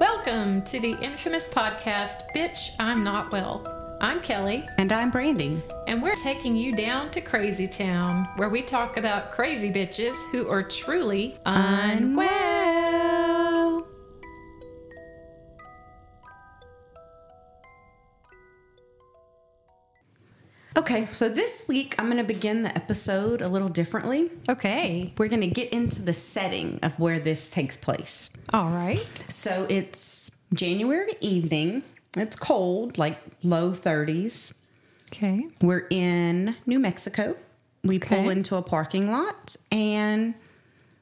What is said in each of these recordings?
Welcome to the infamous podcast, Bitch, I'm Not Well. I'm Kelly, And I'm Brandy. and we're taking you down to Crazy Town, where we talk about crazy bitches who are truly unwell. Okay, so this week I'm going to begin the episode a little differently. Okay, We're going to get into the setting of where this takes place. all right. So it's January evening. It's cold, like low 30s. Okay. We're in New Mexico. We pull Okay. into a parking lot and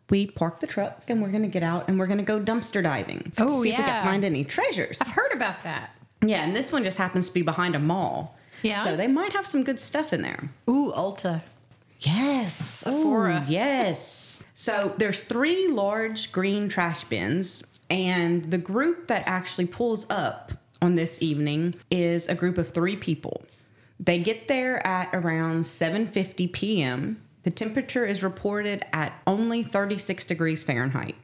we park the truck and we're going to get out and we're going to go dumpster diving. Oh, see if we yeah. Uh-huh. can find any treasures. I've heard about that. Yeah, and this one just happens to be behind a mall. Yeah. So they might have some good stuff in there. Ooh, Ulta. Yes. Sephora. Ooh, yes. So there's three large green trash bins, and the group that actually pulls up on this evening is a group of three people. They get there at around 7:50 p.m. The temperature is reported at only 36 degrees Fahrenheit.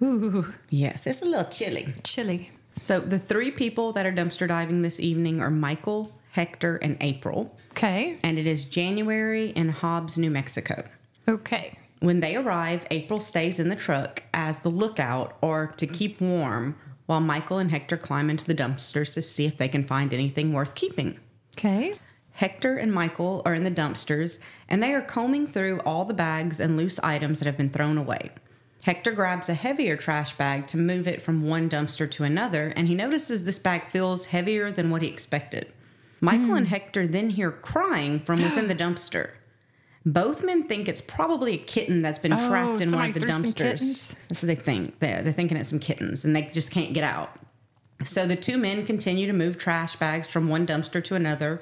Ooh, Yes, it's a little chilly. chili. So the three people that are dumpster diving this evening are Michael, Hector, and April, Okay. and it is January in Hobbs, New Mexico. Okay. When they arrive, April stays in the truck as the lookout or to keep warm while Michael and Hector climb into the dumpsters to see if they can find anything worth keeping. Okay. Hector and Michael are in the dumpsters and they are combing through all the bags and loose items that have been thrown away. Hector grabs a heavier trash bag to move it from one dumpster to another and he notices this bag feels heavier than what he expected. Michael Hmm. and Hector then hear crying from within the dumpster. Both men think it's probably a kitten that's been Oh, trapped in one somebody of the threw some dumpsters. kittens? That's what they think. They're, they're thinking it's some kittens and they just can't get out. So the two men continue to move trash bags from one dumpster to another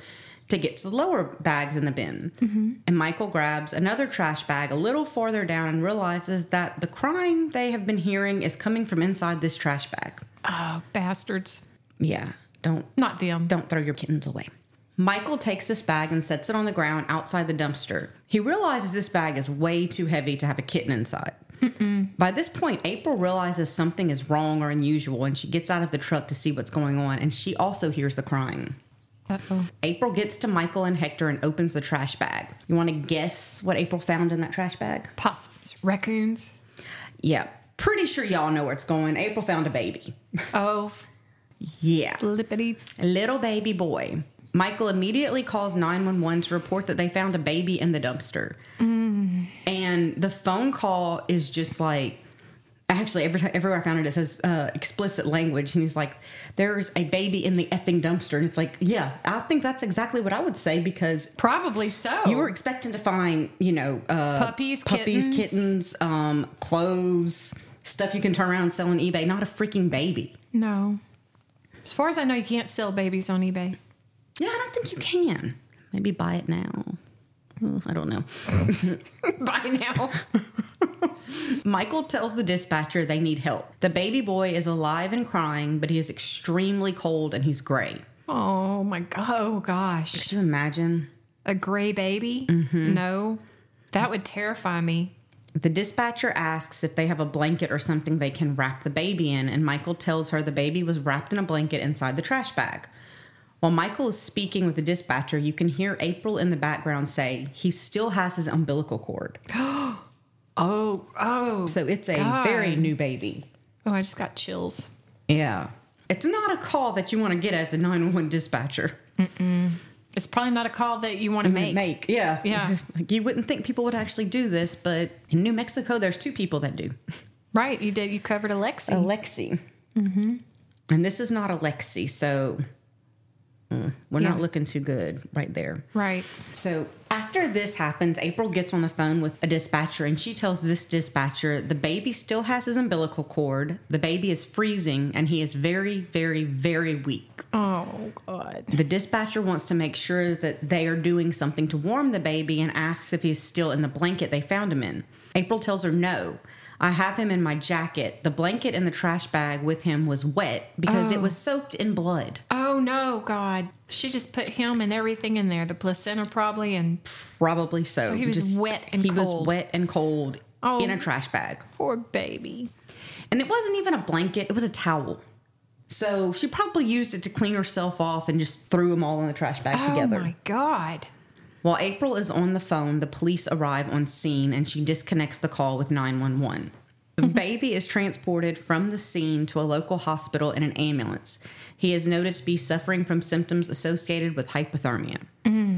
to get to the lower bags in the bin. And Michael grabs another trash bag a little farther down and realizes that the crying they have been hearing is coming from inside this trash bag. Oh, bastards. Yeah, don't Not them. don't throw your kittens away. Michael takes this bag and sets it on the ground outside the dumpster. He realizes this bag is way too heavy to have a kitten inside. By this point, April realizes something is wrong or unusual and she gets out of the truck to see what's going on and she also hears the crying. Uh-oh. April gets to Michael and Hector and opens the trash bag. You want to guess what April found in that trash bag? Possums. Raccoons. Yeah, pretty sure y'all know where it's going. April found a baby. Oh, Yeah. flippity. Little baby boy. Michael immediately calls 911 to report that they found a baby in the dumpster. And the phone call is just like, actually, every time, everywhere I found it, it says uh, explicit language. And he's like, there's a baby in the effing dumpster. And it's like, yeah, I think that's exactly what I would say because Probably so. you were expecting to find, you know, uh, Oh. Puppies, puppies, kittens. kittens, um, clothes, stuff you can turn around and sell on eBay, not a freaking baby. No. As far as I know, you can't sell babies on eBay. Yeah, I don't think you can. Maybe buy it now. Ugh, I don't know. By now. Michael tells the dispatcher they need help. The baby boy is alive and crying, but he is extremely cold and he's gray. Oh my god. Oh gosh. Could you imagine? A gray baby? No. That would terrify me. The dispatcher asks if they have a blanket or something they can wrap the baby in, and Michael tells her the baby was wrapped in a blanket inside the trash bag. While Michael is speaking with the dispatcher, you can hear April in the background say he still has his umbilical cord. Oh, oh. So it's a God. very new baby. Oh, I just got chills. Yeah. It's not a call that you want to get as a 911 dispatcher. It's probably not a call that you want to Mm-hmm. make. yeah. Yeah. like you wouldn't think people would actually do this, but in New Mexico, there's two people that do Right. You did you covered Alexi. Alexi. Mm-hmm. And this is not Alexi, so uh, we're not Yeah. looking too good right there. right. So after this happens, April gets on the phone with a dispatcher and she tells this dispatcher the baby still has his umbilical cord, the baby is freezing, and he is very, very, very weak. Oh god. The dispatcher wants to make sure that they are doing something to warm the baby and asks if he's still in the blanket they found him in. April tells her no. I have him in my jacket. The blanket in the trash bag with him was wet because it was soaked in blood. Oh no, god. She just put him and everything in there. The placenta probably and Probably so. So he was wet and he cold. was wet and cold Oh. in a trash bag. poor baby. And it wasn't even a blanket, it was a towel. So she probably used it to clean herself off and just threw them all in the trash bag Oh together. my God. While April is on the phone, the police arrive on scene and she disconnects the call with 911. The baby is transported from the scene to a local hospital in an ambulance. He is noted to be suffering from symptoms associated with hypothermia. Mm,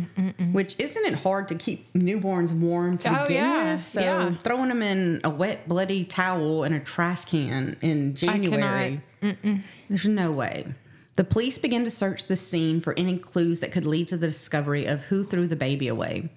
Which isn't it hard to keep newborns warm Oh, to begin yeah, with? So yeah. throwing them in a wet, bloody towel in a trash can in January, there's no way. The police begin to search the scene for any clues that could lead to the discovery of who threw the baby away.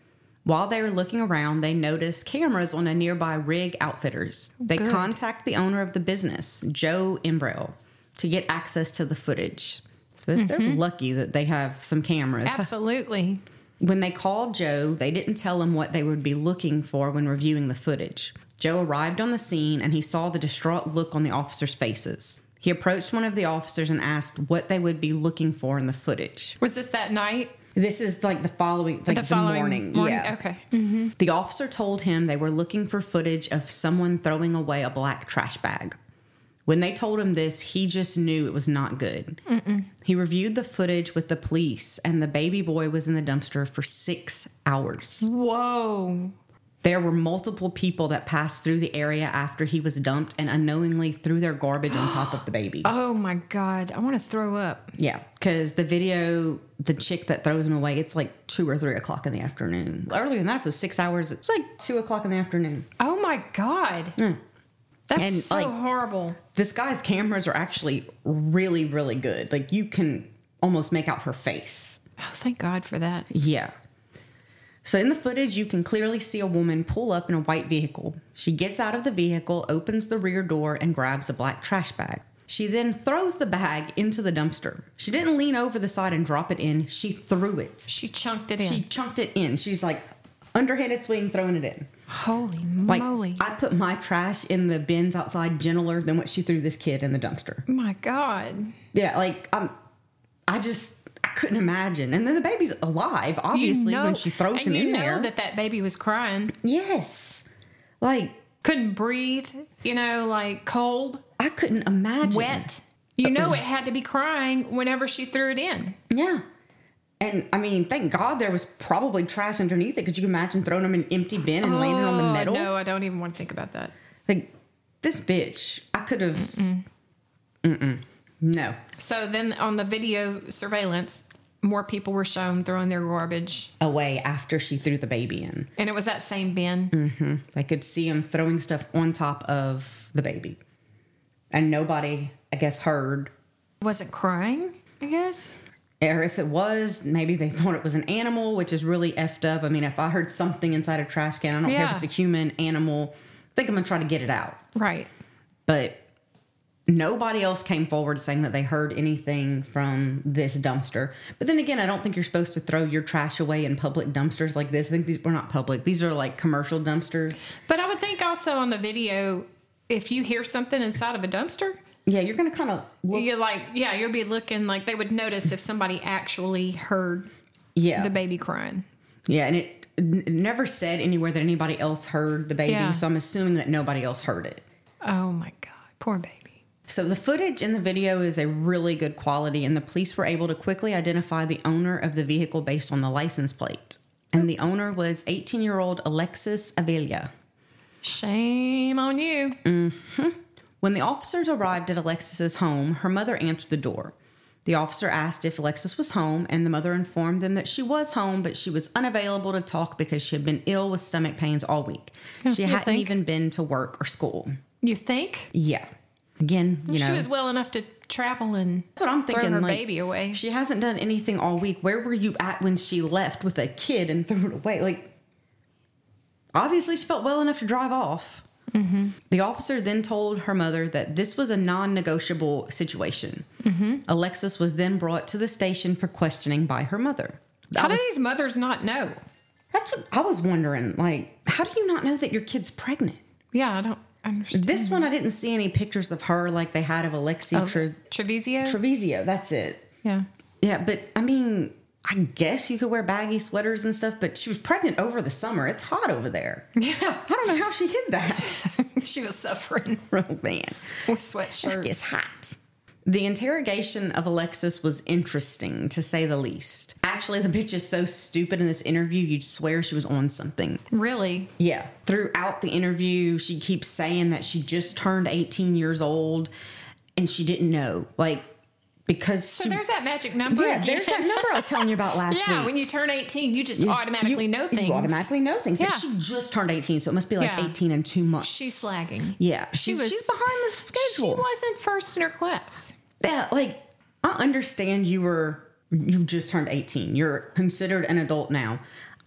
While they are looking around, they notice cameras on a nearby rig outfitters. They Good. contact the owner of the business, Joe Imbrell, to get access to the footage. So they're lucky that they have some cameras. Absolutely. When they called Joe, they didn't tell him what they would be looking for when reviewing the footage. Joe arrived on the scene and he saw the distraught look on the officers' faces. He approached one of the officers and asked what they would be looking for in the footage. Was this that night? This is like the following, like the, following morning. Yeah. Okay. The officer told him they were looking for footage of someone throwing away a black trash bag. When they told him this, he just knew it was not good. He reviewed the footage with the police, and the baby boy was in the dumpster for six hours. Whoa. There were multiple people that passed through the area after he was dumped and unknowingly threw their garbage on top of the baby. Oh my God. I want to throw up. Yeah, because the video, the chick that throws him away, it's like two or three o'clock in the afternoon. Earlier than that, if it was six hours, it's like two o'clock in the afternoon. Oh my God. That's And, so like- horrible. This guy's cameras are actually really, really good. Like you can almost make out her face. Oh, thank God for that. Yeah. So in the footage, you can clearly see a woman pull up in a white vehicle. She gets out of the vehicle, opens the rear door, and grabs a black trash bag. She then throws the bag into the dumpster. She didn't lean over the side and drop it in, she threw it. She chunked it in. She chunked it in. She's like, underhanded swing, throwing it in. Holy Like, moly. I put my trash in the bins outside gentler than what she threw this kid in the dumpster. my God. Yeah, like, I'm, I just, I couldn't imagine. And then the baby's alive, obviously, when she throws and him you in know there. that that baby was crying, Yes. Like, couldn't breathe, you know, like cold, I couldn't imagine. wet. You know, it had to be crying whenever she threw it in. Yeah. And I mean, thank God there was probably trash underneath it. Could you imagine throwing them in an empty bin and landing on the Oh, metal? No, I don't even want to think about that. Like, this bitch, I could have. Mm-mm. No. So then on the video surveillance, more people were shown throwing their garbage, Away after she threw the baby in. and it was that same bin. Mm. I could see him throwing stuff on top of the baby. And nobody, I guess, heard. Wasn't crying, I guess. Or if it was, maybe they thought it was an animal, which is really effed up. I mean, if I heard something inside a trash can, I don't care Yeah. if it's a human, animal. I think I'm gonna try to get it out. Right. But nobody else came forward saying that they heard anything from this dumpster. But then again, I don't think you're supposed to throw your trash away in public dumpsters like this. I think these were not public. These are like commercial dumpsters. But I would think also on the video, if you hear something inside of a dumpster, Yeah, you're gonna kind of look. you're like, yeah, you'll be looking like they would notice if somebody actually heard Yeah, the baby crying. yeah, and it n- never said anywhere that anybody else heard the baby. Yeah. So I'm assuming that nobody else heard it. Oh my God. Poor baby. So the footage in the video is a really good quality, and the police were able to quickly identify the owner of the vehicle based on the license plate. And the owner was 18 year old Alexis Avila. Shame on you. Mm. When the officers arrived at Alexis's home, her mother answered the door. The officer asked if Alexis was home, and the mother informed them that she was home, but she was unavailable to talk because she had been ill with stomach pains all week. She you hadn't think? even been to work or school. You think? Yeah. Again, you know, She was well enough to travel and that's what I'm throw thinking. her like, baby away. She hasn't done anything all week. Where were you at when she left with a kid and threw it away? Like, obviously, she felt well enough to drive off. Mm-hmm. The officer then told her mother that this was a non negotiable situation. Mm-hmm. Alexis was then brought to the station for questioning by her mother. I How do was, these mothers not know? that's what I was wondering. Like, how do you not know that your kid's pregnant? Yeah, I don't understand. This one, I didn't see any pictures of her like they had of Oh. Alexi Tre- Trevisio? Trevisio. That's it. yeah. Yeah, but I mean, I guess you could wear baggy sweaters and stuff, but she was pregnant over the summer. It's hot over there. Yeah. I don't know how she hid that. she was suffering oh, man. with sweatshirts. It's hot. The interrogation of Alexis was interesting, to say the least. Actually, the bitch is so stupid in this interview, you'd swear she was on something. Really? Yeah. Throughout the interview, she keeps saying that she just turned 18 years old and she didn't know. Like, because So she. there's that magic number. yeah, again. there's that number I was telling you about last Yeah, week. when you turn 18, you just You- automatically you- know things. You automatically know things. Yeah. But she just turned 18, so it must be like Yeah. 18 in two months. She's slagging. Yeah. She she's, was- she's behind the She schedule. wasn't first in her class. Yeah, like I understand you were you just turned 18. You're considered an adult now.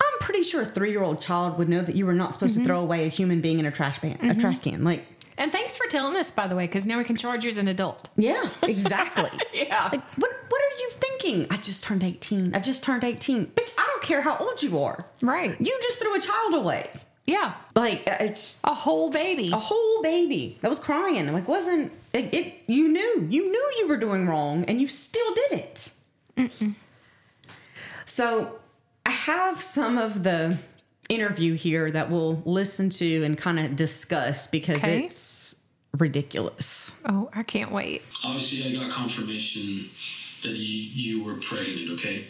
I'm pretty sure a three-year-old child would know that you were not supposed Mm-hmm. to throw away a human being in a trash can. A trash can, like And thanks for telling us, by the way, because now we can charge you as an adult. yeah, exactly. Yeah. Like what? What are you thinking? I just turned 18. I just turned 18, bitch. I don't care how old you are. Right. You just threw a child away. Yeah. Like uh, it's A whole baby. a whole baby that was crying. Like wasn't it, it? You knew, you knew you were doing wrong, and you still did it. So I have some of the interview here that we'll listen to and kind of discuss because Okay. it's ridiculous. Oh, I can't wait. Obviously, I got confirmation that you, you were pregnant, okay?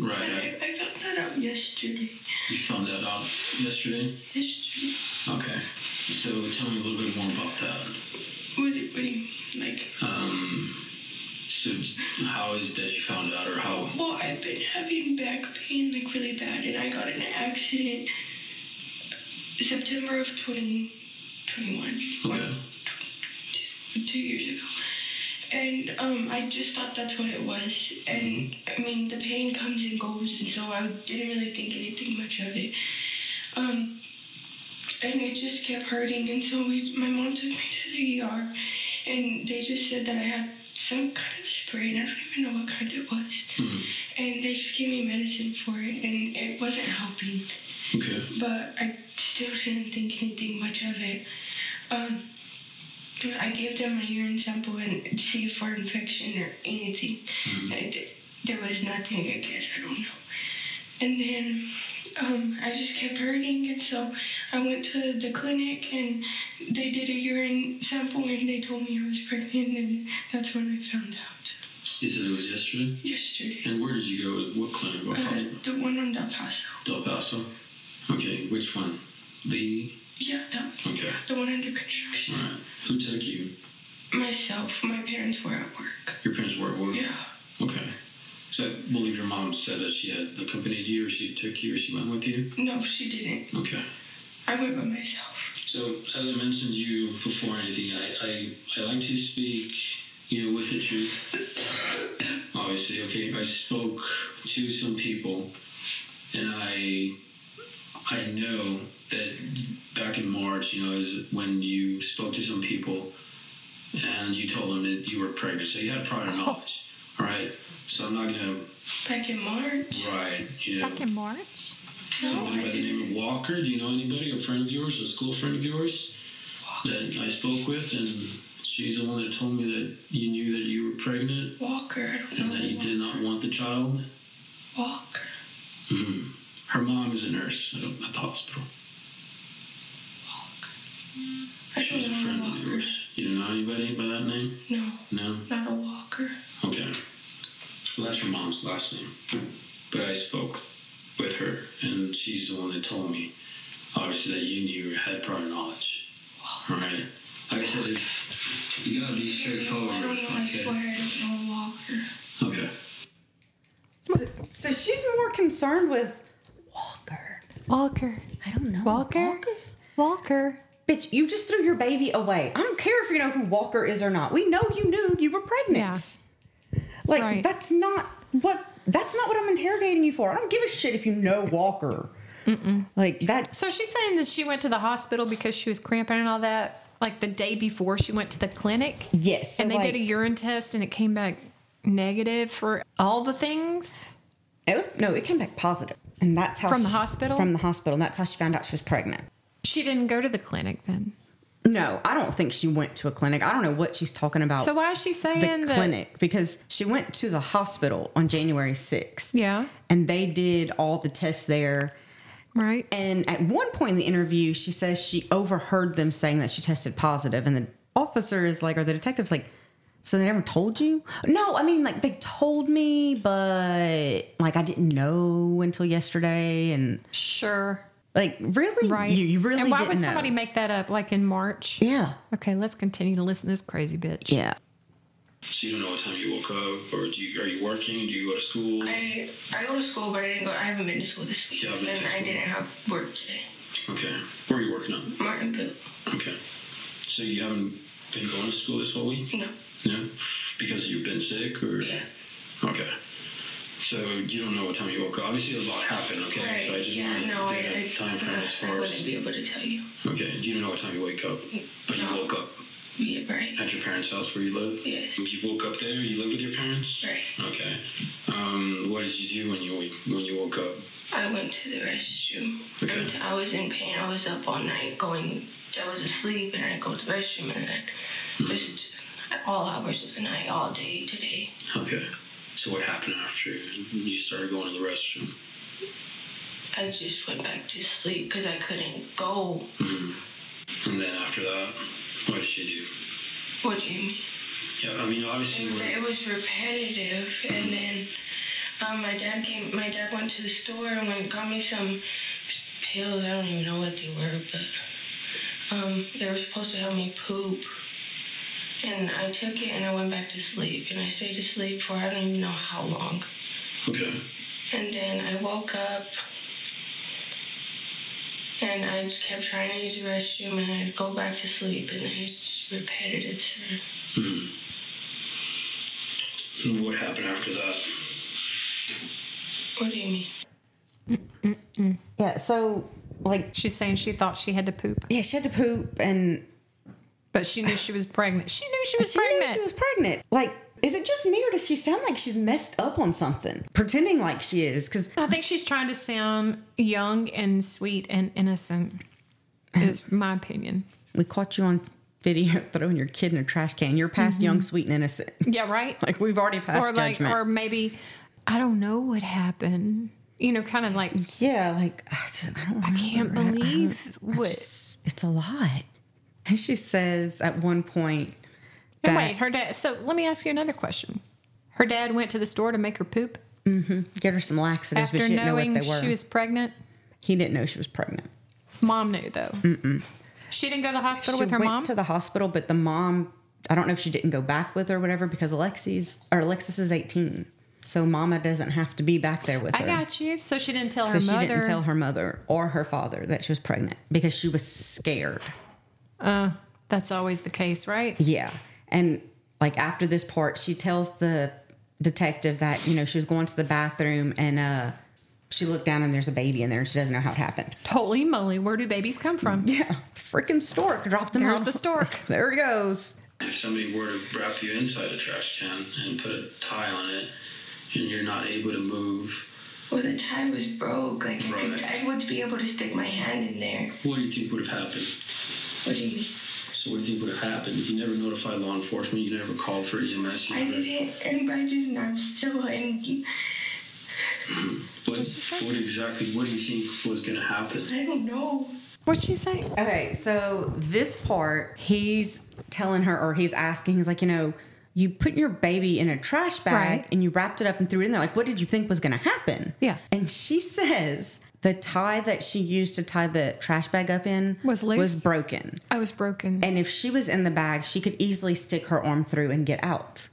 Right. I found that out yesterday. You found that out yesterday? Yesterday. Okay. So tell me a little bit more about that. What do you- what do you mean? Like, Um, so how is that you found out or how? well, I've been having back pain, like, really bad, and I got in an accident September of 2021, Okay. two years ago. And um, I just thought that's what it was. And I mean, the pain comes and goes, and so I didn't really think anything much of it. Um, and it just kept hurting, and so we, my mom took me to the ER, and they just said that I had some kind of sprain. I don't even know what kind it was. Mhm. And they just gave me medicine for it, and it wasn't helping Okay. but I still didn't think anything much of it. Um, I gave them my urine sample and see for infection or anything. And there was nothing, I guess. I don't know. And then um, I just kept hurting, and so I went to the clinic and they did a urine sample and they told me I was pregnant, and that's when I found out You said it was yesterday? yesterday. And where did you go? What clinic? What hospital? Uh, the one on Del Paso. Del Paso? Okay. Which one? The? E? Yeah, that one. Okay. The one under construction. All right. Who took you? Myself, my parents were at work. Your parents were at work? Yeah. Okay. So I believe your mom said that she had accompanied you or she took you or she went with you? No, she didn't. Okay. I went by myself. So as I mentioned to you before anything, I, I, I like to speak, you know, with the truth. Obviously, okay, I spoke to some people and I I know that back in March, you know, is when you spoke to some people and you told them that you were pregnant. So you had prior knowledge. All right. So I'm not gonna Back in March. Right. Yeah. Back in March? Somebody by the name of Walker. Do you know anybody? A friend of yours? A school friend of yours? That I spoke with, and she's the one that told me that you knew that you were pregnant Walker. I and that don't you know. did not want the child. Walker. Mhm. Her mom is a nurse at, a, at the hospital. I She's a don't friend know a of Walker. yours. You don't know anybody by that name? No, No. not a Walker. Okay. Well, that's her mom's last name. But I spoke with her, and she's the one that told me, obviously, that you knew had prior knowledge. All right. Like I said, you gotta be I straightforward. don't know. I Okay. swear I don't know a Walker. Okay. So she's more concerned with Walker. Walker. I don't know Walker? Walker. Bitch, you just threw your baby away. I don't care if you know who Walker is or not. We know you knew you were pregnant. Like Right. that's not what that's not what I'm interrogating you for. I don't give a shit if you know Walker. Like that So she's saying that she went to the hospital because she was cramping and all that, like the day before she went to the clinic. yes. so, and they like, did a urine test and it came back negative for all the things. it was no, it came back positive. And that's how From the she- hospital? From the hospital. And that's how she found out she was pregnant. She didn't go to the clinic then. No, I don't think she went to a clinic. I don't know what she's talking about. So why is she saying the that? clinic because she went to the hospital on January 6th. Yeah. And they did all the tests there. Right. And at one point in the interview, she says she overheard them saying that she tested positive, and the officer is like, or the detective's like, So they never told you? No, I mean, like they told me, but like I didn't know until yesterday. And Sure. like, really? Right. You, you really And why didn't would know. somebody make that up like in March? Yeah. Okay, let's continue to listen to this crazy bitch. Yeah. So you don't know what time you woke up, or do you, are you working? Do you go to school? I I go to school, but I didn't go. I haven't been to school this week, Yeah, I've and been to I school. didn't have work today. Okay. Where are you working on? Martin Boot. Okay. So you haven't been going to school this whole week? No. No? Because you've been sick, or? Yeah. Okay. So you don't know what time you woke up. Obviously, a lot happened, okay? Right. So I just yeah. wanted No. to I, get a I, time frame as I far as. wouldn't be able to tell you. Okay. You don't know what time you wake up, but you No. woke up Yeah. Right. at your parents' house where you live? Yes. You woke up there? You live with your parents? Right. Okay. Um, what did you do when you when you woke up? I went to the restroom. Okay. And I was in pain. I was up all night going. I was asleep, and I go to the restroom, and then I just all hours of the night, all day today. Okay. So what happened after you started going to the restroom? I just went back to sleep because I couldn't go. Mhm. And then after that, what did you do? What do you mean? Yeah, I mean, obviously, It was, when, it was repetitive, and then um, my dad came. My dad went to the store and went and got me some pills. I don't even know what they were, but um, they were supposed to help me poop. And I took it and I went back to sleep, and I stayed asleep for I don't even know how long. okay, And then I woke up and I just kept trying to use the restroom and I'd go back to sleep and it was just repetitive. sir. Mhm. And what happened after that? What do you mean? Yeah. So, like, She's saying she thought she had to poop, yeah, she had to poop and but she knew she was pregnant. She knew she was she pregnant. knew she was pregnant. Like, is it just me or does she sound like she's messed up on something? Pretending like she is. Because I think she's trying to sound young and sweet and innocent, is my opinion. we caught you on video throwing your kid in a trash can. You're past young, sweet, and innocent. Yeah, right? Like, we've already passed Mm-hmm. or like, judgment. or maybe, I don't know what happened. You know, kind of like, yeah. Like, I, just, I don't I can't remember. I- I don't- believe what. It's, it's a lot. And she says at one point And that wait, her dad. So let me ask you another question. Her dad went to the store to make her poop get her some laxatives, but after she didn't know what knowing they were. she was pregnant. he didn't know she was pregnant. Mom knew though. She didn't go to the hospital she with her went mom. to the hospital, but the mom, I don't know if she didn't go back with her or whatever because Alexi's or Alexis is 18. So mama doesn't have to be back there with I her. got you. So she didn't tell so her she mother. didn't tell her mother or her father that she was pregnant because she was scared. Uh, that's always the case, right? Yeah. And like after this part, she tells the detective that, you know, she was going to the bathroom and uh she looked down and there's a baby in there and she doesn't know how it happened. Holy moly, where do babies come from? Yeah. Freaking stork dropped him There's out. the stork. there it goes. If somebody were to wrap you inside a trash can and put a tie on it, and you're not able to move, Well, the tie was broke. Like I, could, Right. I would be able to stick my hand in there. what do you think would have happened? What do you mean? So what do you think would have happened? You never notified law enforcement. You never called for EMS. You I never, didn't, and I didn't. I'm still in. what, What'd she say? what exactly? What do you think was going to happen? I don't know. What'd she say? Okay, so this part, he's telling her, or he's asking, he's like, you know, you put your baby in a trash bag Right. and you wrapped it up and threw it in there. Like, what did you think was going to happen? Yeah. And she says the tie that she used to tie the trash bag up in Was loose? was broken. I was broken. And if she was in the bag, she could easily stick her arm through and get out.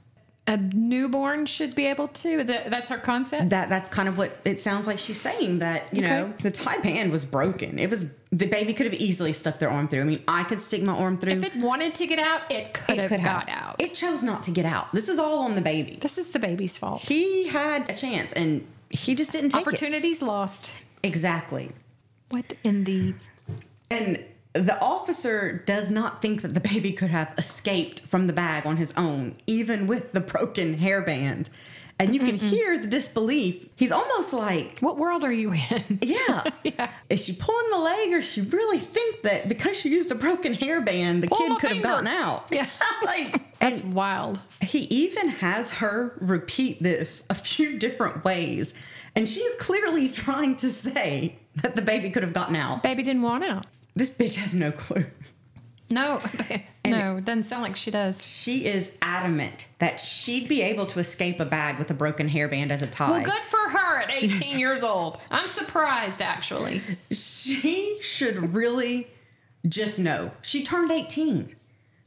A newborn should be able to. That, that's her concept. That that's kind of what it sounds like she's saying that, you Okay. know, the tie band was broken. It was the baby could have easily stuck their arm through. I mean, I could stick my arm through. If it wanted to get out, it could have could got have. out. It chose not to get out. This is all on the baby. this is the baby's fault. He had a chance and he just didn't take it. Opportunities lost. Exactly. What in the? And the officer does not think that the baby could have escaped from the bag on his own, even with the broken hairband. And you Mm-hmm. can hear the disbelief. He's almost like, What world are you in? yeah. Yeah. Is she pulling my leg or does she really think that because she used a broken hairband, the Pull kid my could have finger. gotten out? Yeah. like, That's wild. He even has her repeat this a few different ways. And she is clearly trying to say that the baby could have gotten out. Baby didn't want out. This bitch has no clue. No, no, it doesn't sound like she does. She is adamant that she'd be able to escape a bag with a broken hairband as a tie. Well, good for her at 18 years old. I'm surprised, actually. She should really just know. She turned 18.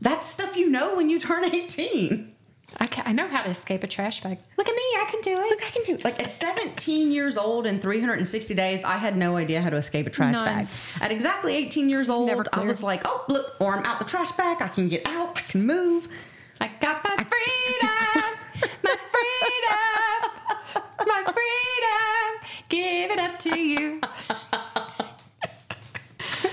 That's stuff you know when you turn 18. I, ca I know how to escape a trash bag. Look at me, I can do it. Look, I can do it. Like at 17 years old and 360 days, I had no idea how to escape a trash None. bag. At exactly 18 years old, never I clear. was like, oh, look, or I'm out the trash bag. I can get out. I can move. I got my freedom, my freedom, my freedom. Give it up to you.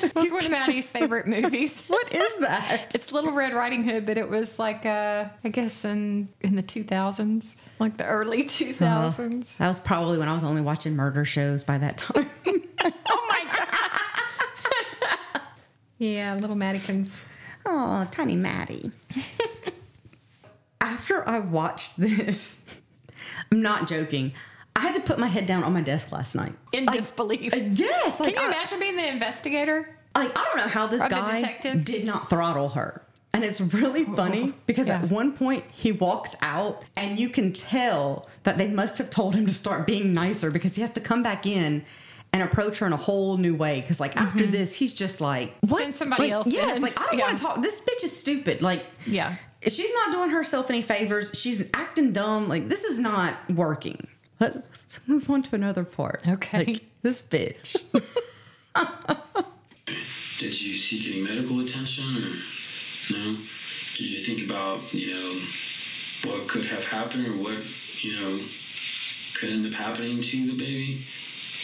It was one of Maddie's favorite movies. What is that? It's Little Red Riding Hood, but it was like uh, I guess in in the two thousands, like the early two thousands. That was probably when I was only watching murder shows by that time. Oh my god! yeah, little Maddikins. Oh, tiny Maddie. After I watched this, I'm not joking. I had to put my head down on my desk last night. in Like, disbelief. uh, yes. Like, Can you I, imagine being the investigator? like, I don't know how this Or the guy detective? Oh, did not throttle her. And it's really funny because yeah. at one point he walks out and you can tell that they must have told him to start being nicer because he has to come back in and approach her in a whole new way. Because like after this, he's just like, what? Mm-hmm. Send somebody like, else Yes. in. Like I don't Yeah. want to talk. This bitch is stupid. Like Yeah. she's not doing herself any favors. She's acting dumb. Like this is not working. Let- Let's move on to another part. Okay. Like, this bitch. Did you seek any medical attention or no? Did you think about, you know, what could have happened or what, you know, could end up happening to the baby?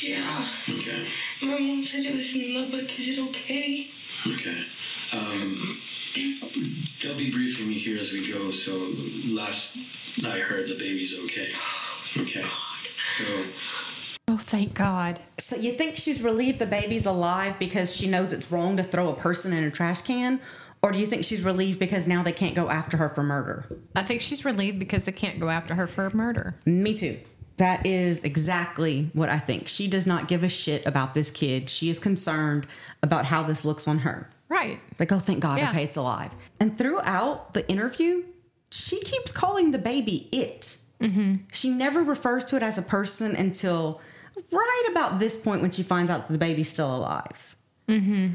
Yeah. Okay. My mom said it was in love, book. Is it okay? Okay. Um, they'll be briefing me here as we go, so last I heard the baby's okay. Okay. So Oh, thank God. so you think she's relieved the baby's alive because she knows it's wrong to throw a person in a trash can? Or do you think she's relieved because now they can't go after her for murder? I think she's relieved because they can't go after her for murder. Me too. That is exactly what I think. She does not give a shit about this kid. She is concerned about how this looks on her. Right. Like, oh, thank God, Yeah. okay, it's alive. And throughout the interview, she keeps calling the baby it. Mm-hmm. She never refers to it as a person until right about this point when she finds out that the baby's still alive. Mm-hmm.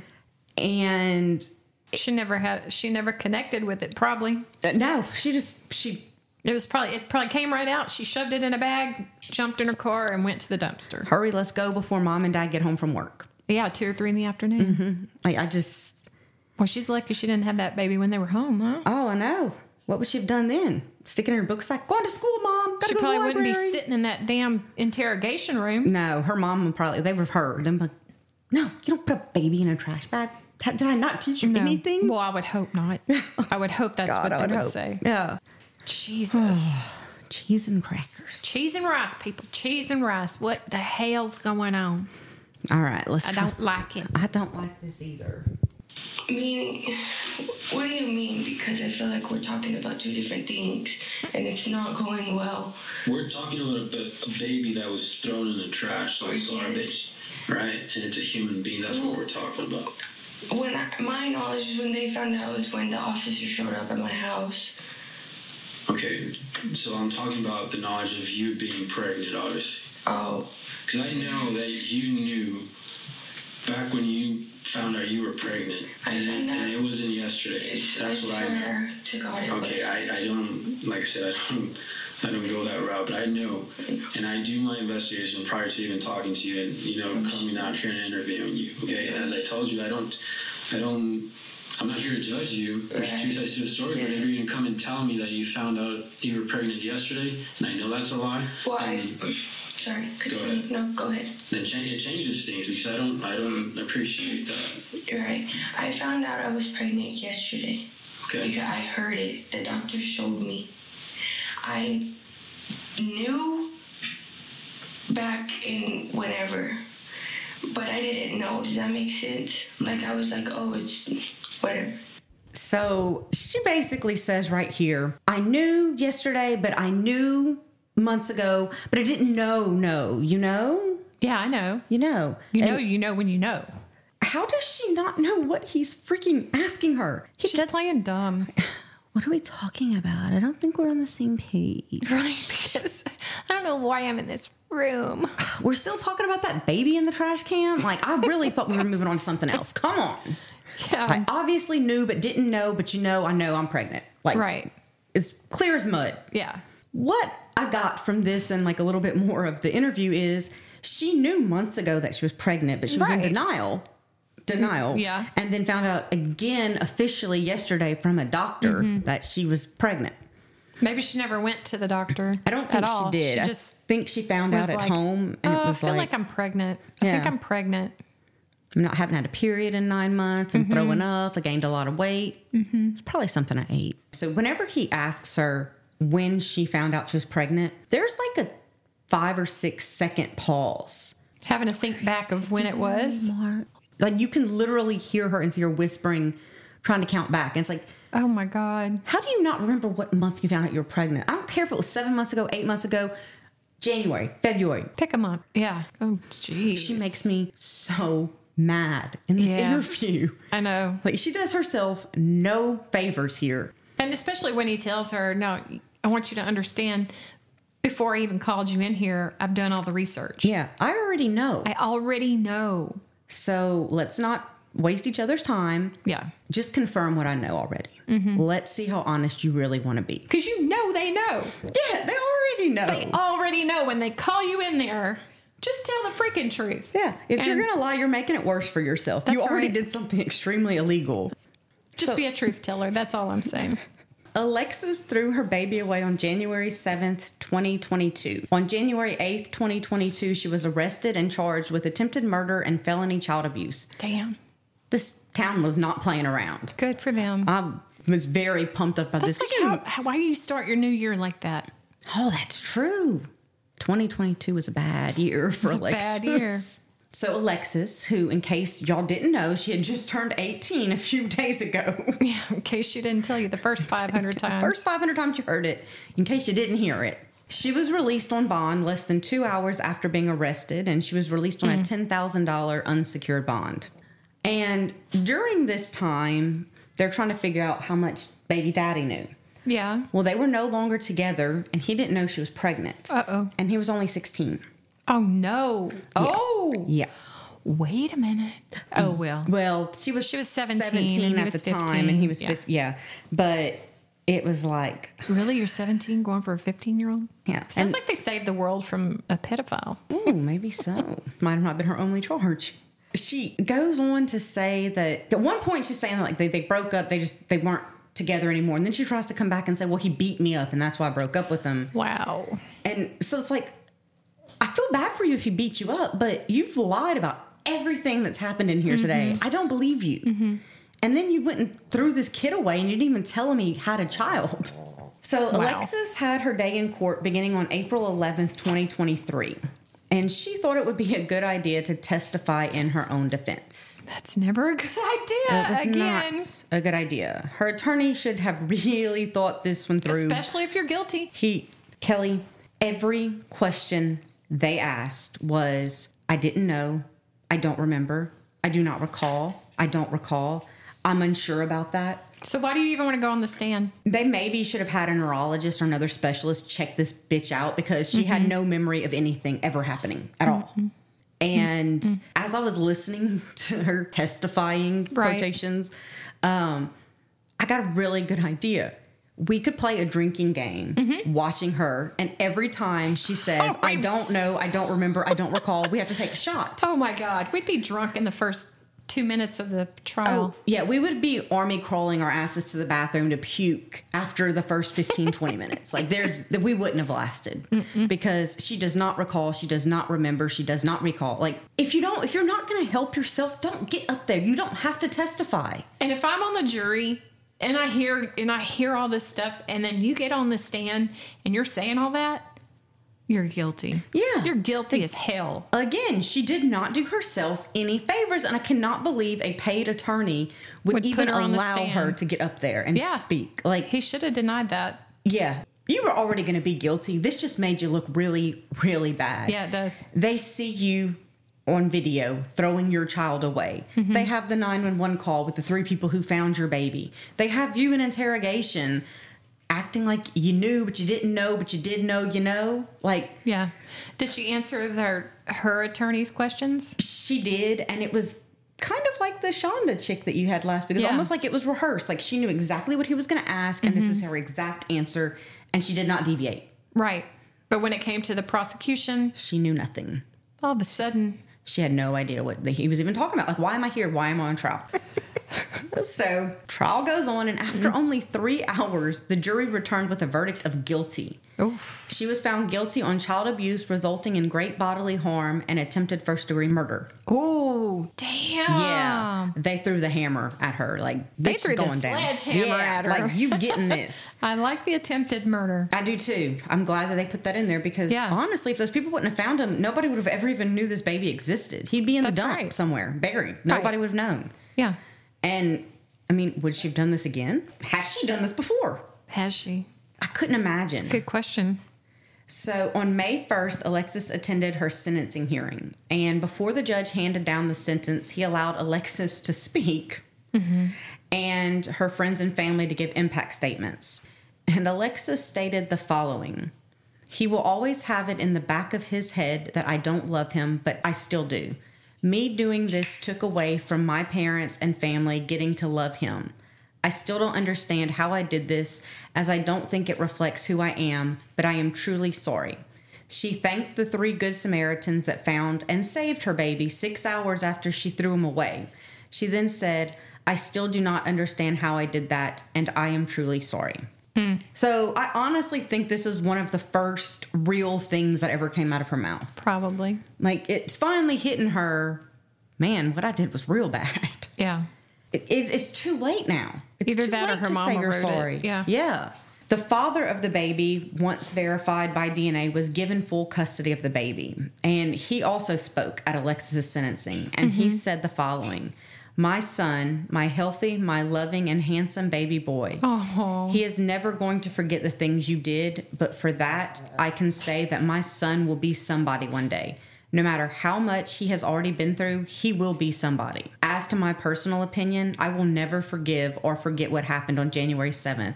And She never had. She never connected with it. Probably. uh, no, she just, she, It was probably. It probably came right out. She shoved it in a bag, jumped in her car, and went to the dumpster. hurry, let's go before mom and dad get home from work. Yeah, two or three in the afternoon. Mm-hmm. Like, I just, Well, she's lucky she didn't have that baby when they were home, huh? oh, I know. What would she have done then? Sticking her in her book sack, going to school, mom. Gotta She go to the probably wouldn't be library." sitting in that damn interrogation room. No, her mom would probably, they would have heard. Them like, no, you don't put a baby in a trash bag. Ha- Did I not teach you No. anything? Well, I would hope not. I would hope that's what they would, say. Yeah. Jesus. Cheese and crackers. Cheese and rice, people. Cheese and rice. What the hell's going on? All right, let's I try- don't like it. I don't like this either. I mean, what do you mean? Because I feel like we're talking about two different things, and it's not going well. we're talking about a, ba- a baby that was thrown in the trash like garbage, right? And it's a human being. That's what we're talking about. When I, my knowledge is when they found out was when the officer showed up at my house. Okay. So I'm talking about the knowledge of you being pregnant, obviously. Oh, Because I know that you knew back when you found out you were pregnant, and it, and it wasn't yesterday. it's, That's what I know. swear to God. It Okay, I, I don't, like I said, I don't, I don't go that route, but I know, and I do my investigation prior to even talking to you and, you know, coming out here and interviewing you, okay? And as I told you, I don't, I don't, I'm not here to judge you. There's two sides to a story, but if you're gonna come and tell me that you found out you were pregnant yesterday, and I know that's a lie, Why? then- Sorry. Could Mm. Go you, ahead. no, go ahead. then change, it changes things because I don't, I don't appreciate that, You're right. I found out I was pregnant yesterday. okay? Yeah, I heard it. The doctor showed me. I knew back in whenever, but I didn't know. Does that make sense? Like I was like, oh, it's whatever. So she basically says right here, I knew yesterday, but I knew months ago, but I didn't know. No, you know, Yeah, I know. you know, You And know, you know when you know. How does she not know what he's freaking asking her? He She's playing dumb, What are we talking about? I don't think we're on the same page. right? Because I don't know why I'm in this room. We're still talking about that baby in the trash can. Like, I really thought we were moving on to something else. Come on. Yeah, I obviously knew, but didn't know. But you know, I know I'm pregnant. Like, right. It's clear as mud. Yeah, What I got from this and like a little bit more of the interview is she knew months ago that she was pregnant, but she was in Right. denial. Denial. yeah. And then found out again officially yesterday from a doctor Mm-hmm. that she was pregnant. maybe she never went to the doctor. I don't at think all. she did. She I just think she found out was at like, home and "Oh, it was I feel like, like, I'm pregnant. I think Yeah. I'm pregnant. I'm not having had a period in nine months. I'm throwing up. I gained a lot of weight. It's probably something I ate. So whenever he asks her when she found out she was pregnant, there's like a five or six second pause. Having to think back of when it was. Like you can literally hear her and see her whispering, trying to count back. And it's like, Oh my god. how do you not remember what month you found out you were pregnant? I don't care if it was seven months ago, eight months ago, January, February. Pick them up. Yeah. Oh geez. She makes me so mad in this Yeah. interview. I know. Like she does herself no favors here. And especially when he tells her, "No, I want you to understand. Before I even called you in here, I've done all the research. Yeah, I already know. I already know. so let's not waste each other's time. Yeah. Just confirm what I know already. Mm-hmm. Let's see how honest you really want to be. Because you know they know. Yeah, they already know. They already know when they call you in there. Just tell the freaking truth. yeah, if you're And- gonna lie, you're making it worse for yourself. You That's already right. did something extremely illegal. Just So- be a truth teller. That's all I'm saying. Alexis threw her baby away on January 7th, 2022. On January 8th, 2022, she was arrested and charged with attempted murder and felony child abuse. Damn. This town was not playing around. Good for them. I was very pumped up by That's Uh, this. like how, how- why do you start your new year like that? Oh, that's true. 2022 was a bad year for was a Alexis. bad year. So Alexis, who in case y'all didn't know, she had just turned 18 a few days ago. Yeah, in case she didn't tell you the first 500 times. First 500 times you heard it, in case you didn't hear it. She was released on bond less than two hours after being arrested, and she was released Mm-hmm. on a $10,000 unsecured bond. And during this time, they're trying to figure out how much baby daddy knew. yeah. Well, they were no longer together, and he didn't know she was pregnant. Uh-oh. And he was only 16. Oh, no. Oh. Yeah. Wait a minute. Oh, well. Well, she was She was 17 and he at was the time, 15, and he was yeah. 15. Yeah. But it was like, Really? You're 17 going for a 15 year old? yeah. Sounds And- like they saved the world from a pedophile. Ooh, oh, maybe so. Might have not been her only charge. She goes on to say that at one point she's saying like they, they broke up, they just they weren't together anymore. And then she tries to come back and say, Well, he beat me up and that's why I broke up with him. Wow. And so it's like I feel bad for you if he beat you up, but you've lied about everything that's happened in here today. Mm-hmm. I don't believe you. And then you went and threw this kid away and you didn't even tell him he had a child. So Alexis had her day in court beginning on April 11th, 2023. And she thought it would be a good idea to testify in her own defense. That's never a good That idea. was Uh, Again. not a good idea. Her attorney should have really thought this one through. Especially if you're guilty. He, Kelly, every question they asked was, I didn't know. I don't remember. I do not recall. I don't recall. I'm unsure about that. So why do you even want to go on the stand? They maybe should have had a neurologist or another specialist check this bitch out because she Mm-hmm. had no memory of anything ever happening at all. And Mm-hmm. as I was listening to her testifying Right. quotations, um, I got a really good idea. We could play a drinking game watching her, and every time she says, Mm-hmm. Oh, I I'm- don't know, I don't remember, I don't recall, we have to take a shot. Oh my God. We'd be drunk in the first two minutes of the trial. Oh, Yeah, we would be army crawling our asses to the bathroom to puke after the first 15, 20 minutes. Like, there's, that we wouldn't have lasted because she does not recall, she does not remember, she does not recall. Like, if you don't, if you're not gonna help yourself, don't get up there. You don't have to testify. And if I'm on the jury and I hear and I hear all this stuff and then you get on the stand and you're saying all that, you're guilty. Yeah. You're guilty as hell. Again, she did not do herself any favors, and I cannot believe a paid attorney would, Would put even her on the allow stand. her to get up there and Yeah. speak. Like, He should have denied that. yeah, you were already gonna be guilty. This just made you look really, really bad. Yeah, it does. they see you on video throwing your child away. They have the 911 call with the three people who found your baby. They have you in interrogation acting like you knew but you didn't know but you did know you know like Yeah. Did she answer their her attorney's questions? she did and it was kind of like the shonda chick that you had last week it was Yeah. almost like it was rehearsed like she knew exactly what he was going to ask and this is her exact answer and she did not deviate Right. But when it came to the prosecution, she knew nothing all of a sudden, she had no idea what the- he was even talking about like why am i here why am i on trial so trial goes on and after Mm. only three hours the jury returned with a verdict of guilty oof. she was found guilty on child abuse resulting in great bodily harm and attempted first degree murder Oh, damn. Yeah, they threw the hammer at her. Like They bitch is threw the going down. sledgehammer at her. Like you getting this? I like the attempted murder. I do too. I'm glad that they put that in there because Yeah. honestly, if those people wouldn't have found him, nobody would have ever even knew this baby existed. He'd be in That's the dump right. somewhere, buried. Nobody would have known. Yeah. And I mean, would she have done this again? Has she done this before? Has she? I couldn't imagine. Good question. So on May 1st, Alexis attended her sentencing hearing. And before the judge handed down the sentence, he allowed Alexis to speak and her friends and family to give impact statements. And Alexis stated the following He will always have it in the back of his head that I don't love him, but I still do. Me doing this took away from my parents and family getting to love him. I still don't understand how I did this, as I don't think it reflects who I am, but I am truly sorry. She thanked the three Good Samaritans that found and saved her baby six hours after she threw him away. She then said, I still do not understand how I did that, and I am truly sorry. So I honestly think this is one of the first real things that ever came out of her mouth. Probably. Like it's finally hitting her, man, what I did was real bad. Yeah. It, it's it's too late now. It's Either too that or late her to mama say you're wrote it. sorry. Yeah. Yeah. The father of the baby, once verified by DNA, was given full custody of the baby. And he also spoke at Alexis's sentencing. And he Mm-hmm. said the following My son, my healthy, my loving, and handsome baby boy. Oh. He is never going to forget the things you did, but for that, I can say that my son will be somebody one day. No matter how much he has already been through, he will be somebody. As to my personal opinion, I will never forgive or forget what happened on January 7th.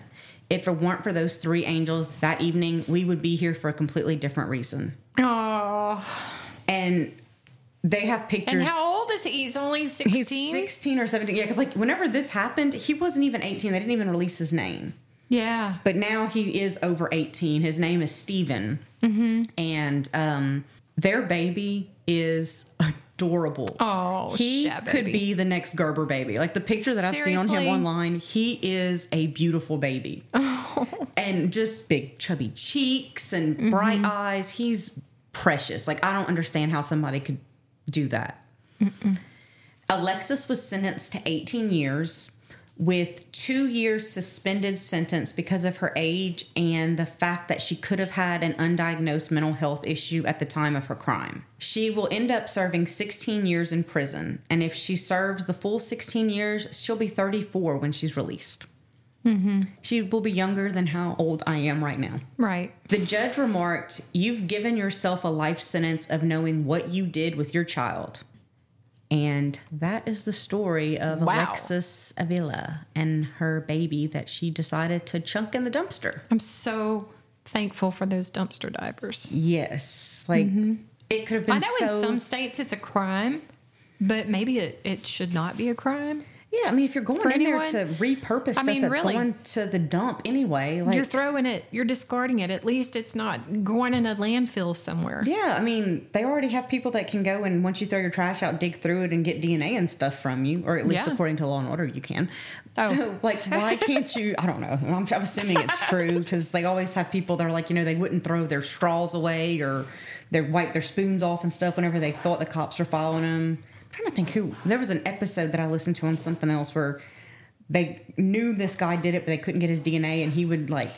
If it weren't for those three angels that evening, we would be here for a completely different reason. Oh. And they have pictures. And how old is he? He's only 16? He's 16 or 17. Yeah, because like whenever this happened, he wasn't even 18. They didn't even release his name. Yeah. But now he is over 18. His name is Steven. Mm-hmm. And um, their baby is adorable. Oh, he Shab could baby. be the next Gerber baby. Like the picture that I've seen on Seriously? him online, he is a beautiful baby. Oh. And just big, chubby cheeks and Mm-hmm. bright eyes. He's precious. Like, I don't understand how somebody could do that. Alexis was sentenced to 18 years with two years suspended sentence because of her age and the fact that she could have had an undiagnosed mental health issue at the time of her crime. She will end up serving 16 years in prison, and if she serves the full 16 years, she'll be 34 when she's released. She will be younger than how old I am right now. Right. The judge remarked, You've given yourself a life sentence of knowing what you did with your child. And that is the story of Wow. Alexis Avila and her baby that she decided to chunk in the dumpster. I'm so thankful for those dumpster divers. Yes. Like, it could have been I know so- in some states it's a crime, but maybe it, it should not be a crime. yeah, I mean, if you're going For in there anyone- to repurpose stuff mean, that's really. going to the dump anyway, like, you're throwing it, you're discarding it. At least it's not going in a landfill somewhere. yeah, I mean, they already have people that can go and once you throw your trash out, dig through it and get DNA and stuff from you, or at least Yeah. according to Law and Order, you can. Oh. So, like, why can't you? I don't know. I'm, I'm assuming it's true because they always have people that are like, you know, they wouldn't throw their straws away or they wipe their spoons off and stuff whenever they thought the cops were following them. I'm trying to think who. There was an episode that I listened to on something else where they knew this guy did it, but they couldn't get his DNA, and he would like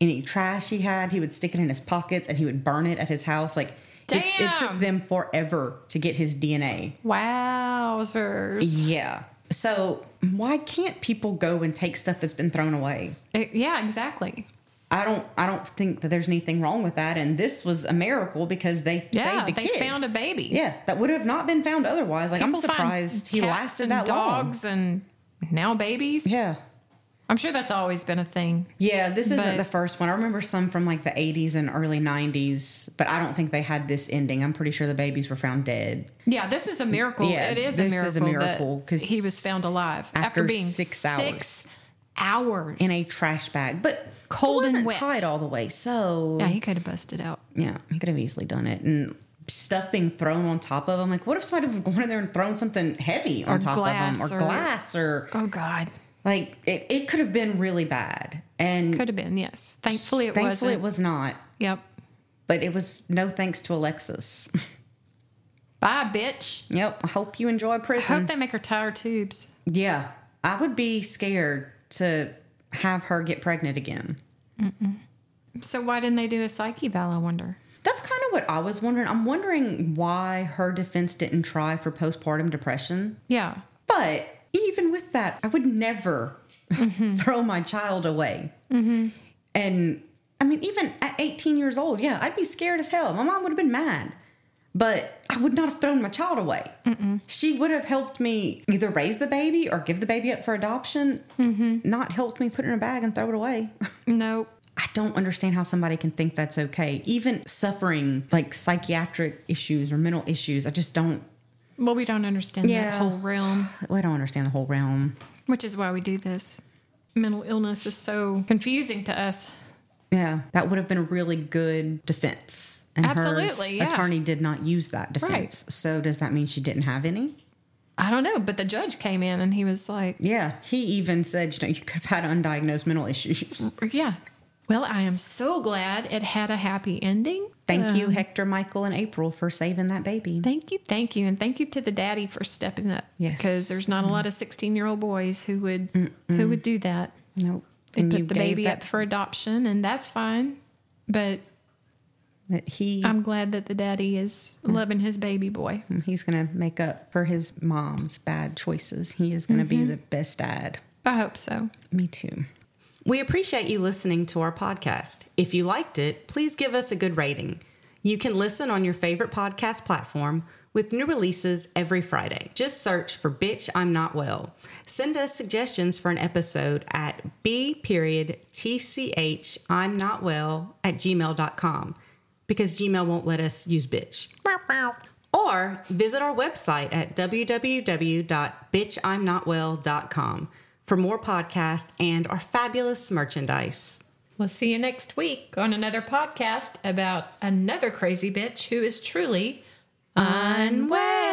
any trash he had, he would stick it in his pockets and he would burn it at his house. Like, it, it took Damn. them forever to get his DNA. Wowzers. Yeah. So why can't people go and take stuff that's been thrown away? Eh, yeah, exactly. I don't I don't think that there's anything wrong with that. And this was a miracle because they Yeah, saved a they kid. found a baby. yeah, that would have not been found otherwise. Like I'm People find surprised he cats lasted and that dogs and now babies. long. Yeah. I'm sure that's always been a thing. Yeah, this isn't But- the first one. I remember some from like the 80s and early 90s, but I don't think they had this ending. I'm pretty sure the babies were found dead Yeah, this is a miracle. Yeah, it is a this miracle. is a miracle 'cause because he was found alive after, after being six hours. Six hours in a trash bag, but Cold it and wasn't wet. tied all the way. So Yeah, he could have busted out. yeah, he could have easily done it. And stuff being thrown on top of him. Like, what if somebody would have gone in there and thrown something heavy on Or top of him glass or, or- glass or Oh God, like it, it could have been really bad. And could have been. Yes, thankfully it thankfully wasn't. it was not. Yep. But it was no thanks to Alexis. Bye, bitch. yep. I hope you enjoy I prison. hope they make her tire tubes. Yeah, I would be scared to have her get pregnant again. So why didn't they do a psyche eval? I wonder. That's kind of what I was wondering. I'm wondering why her defense didn't try for postpartum depression. Yeah. But even with that, I would never throw my child away. And I mean, even at 18 years old, yeah, I'd be scared as hell. My mom would have been mad. But I would not have thrown my child away. She would have helped me either raise the baby or give the baby up for adoption, not helped me put it in a bag and throw it away. Nope. I don't understand how somebody can think that's okay. Even suffering like psychiatric issues or mental issues, I just don't. Well, we don't understand that Yeah. whole realm, I don't understand the whole realm. which is why we do this. Mental illness is so confusing to us. Yeah, that would have been a really good defense. And her Absolutely, yeah. attorney did not use that defense. So does that mean she didn't have any? I don't know, but the judge came in and he was like, Yeah, he even said, you know, you could have had undiagnosed mental issues. Yeah. Well, I am so glad it had a happy ending. Thank you, Um, Hector, Michael, and April for saving that baby. Thank you. Thank you. And thank you to the daddy for stepping up. Yes. Because there's not a lot of 16 year old boys who would who would do that. Nope. They And you put the gave baby that- up for adoption, and that's fine. But that he I'm glad that the daddy is Mm. loving his baby boy. he's gonna make up for his mom's bad choices. He is gonna mm-hmm. be the best dad. I hope so. Me too. We appreciate you listening to our podcast. If you liked it, please give us a good rating. You can listen on your favorite podcast platform with new releases every Friday. Just search for Bitch I'm Not Well. Send us suggestions for an episode at b period tch I'm not well at gmail.com because Gmail won't let us use bitch or visit our website at www.bitchimnotwell.com for more podcasts and our fabulous merchandise. We'll see you next week on another podcast about another crazy bitch who is truly Unwell.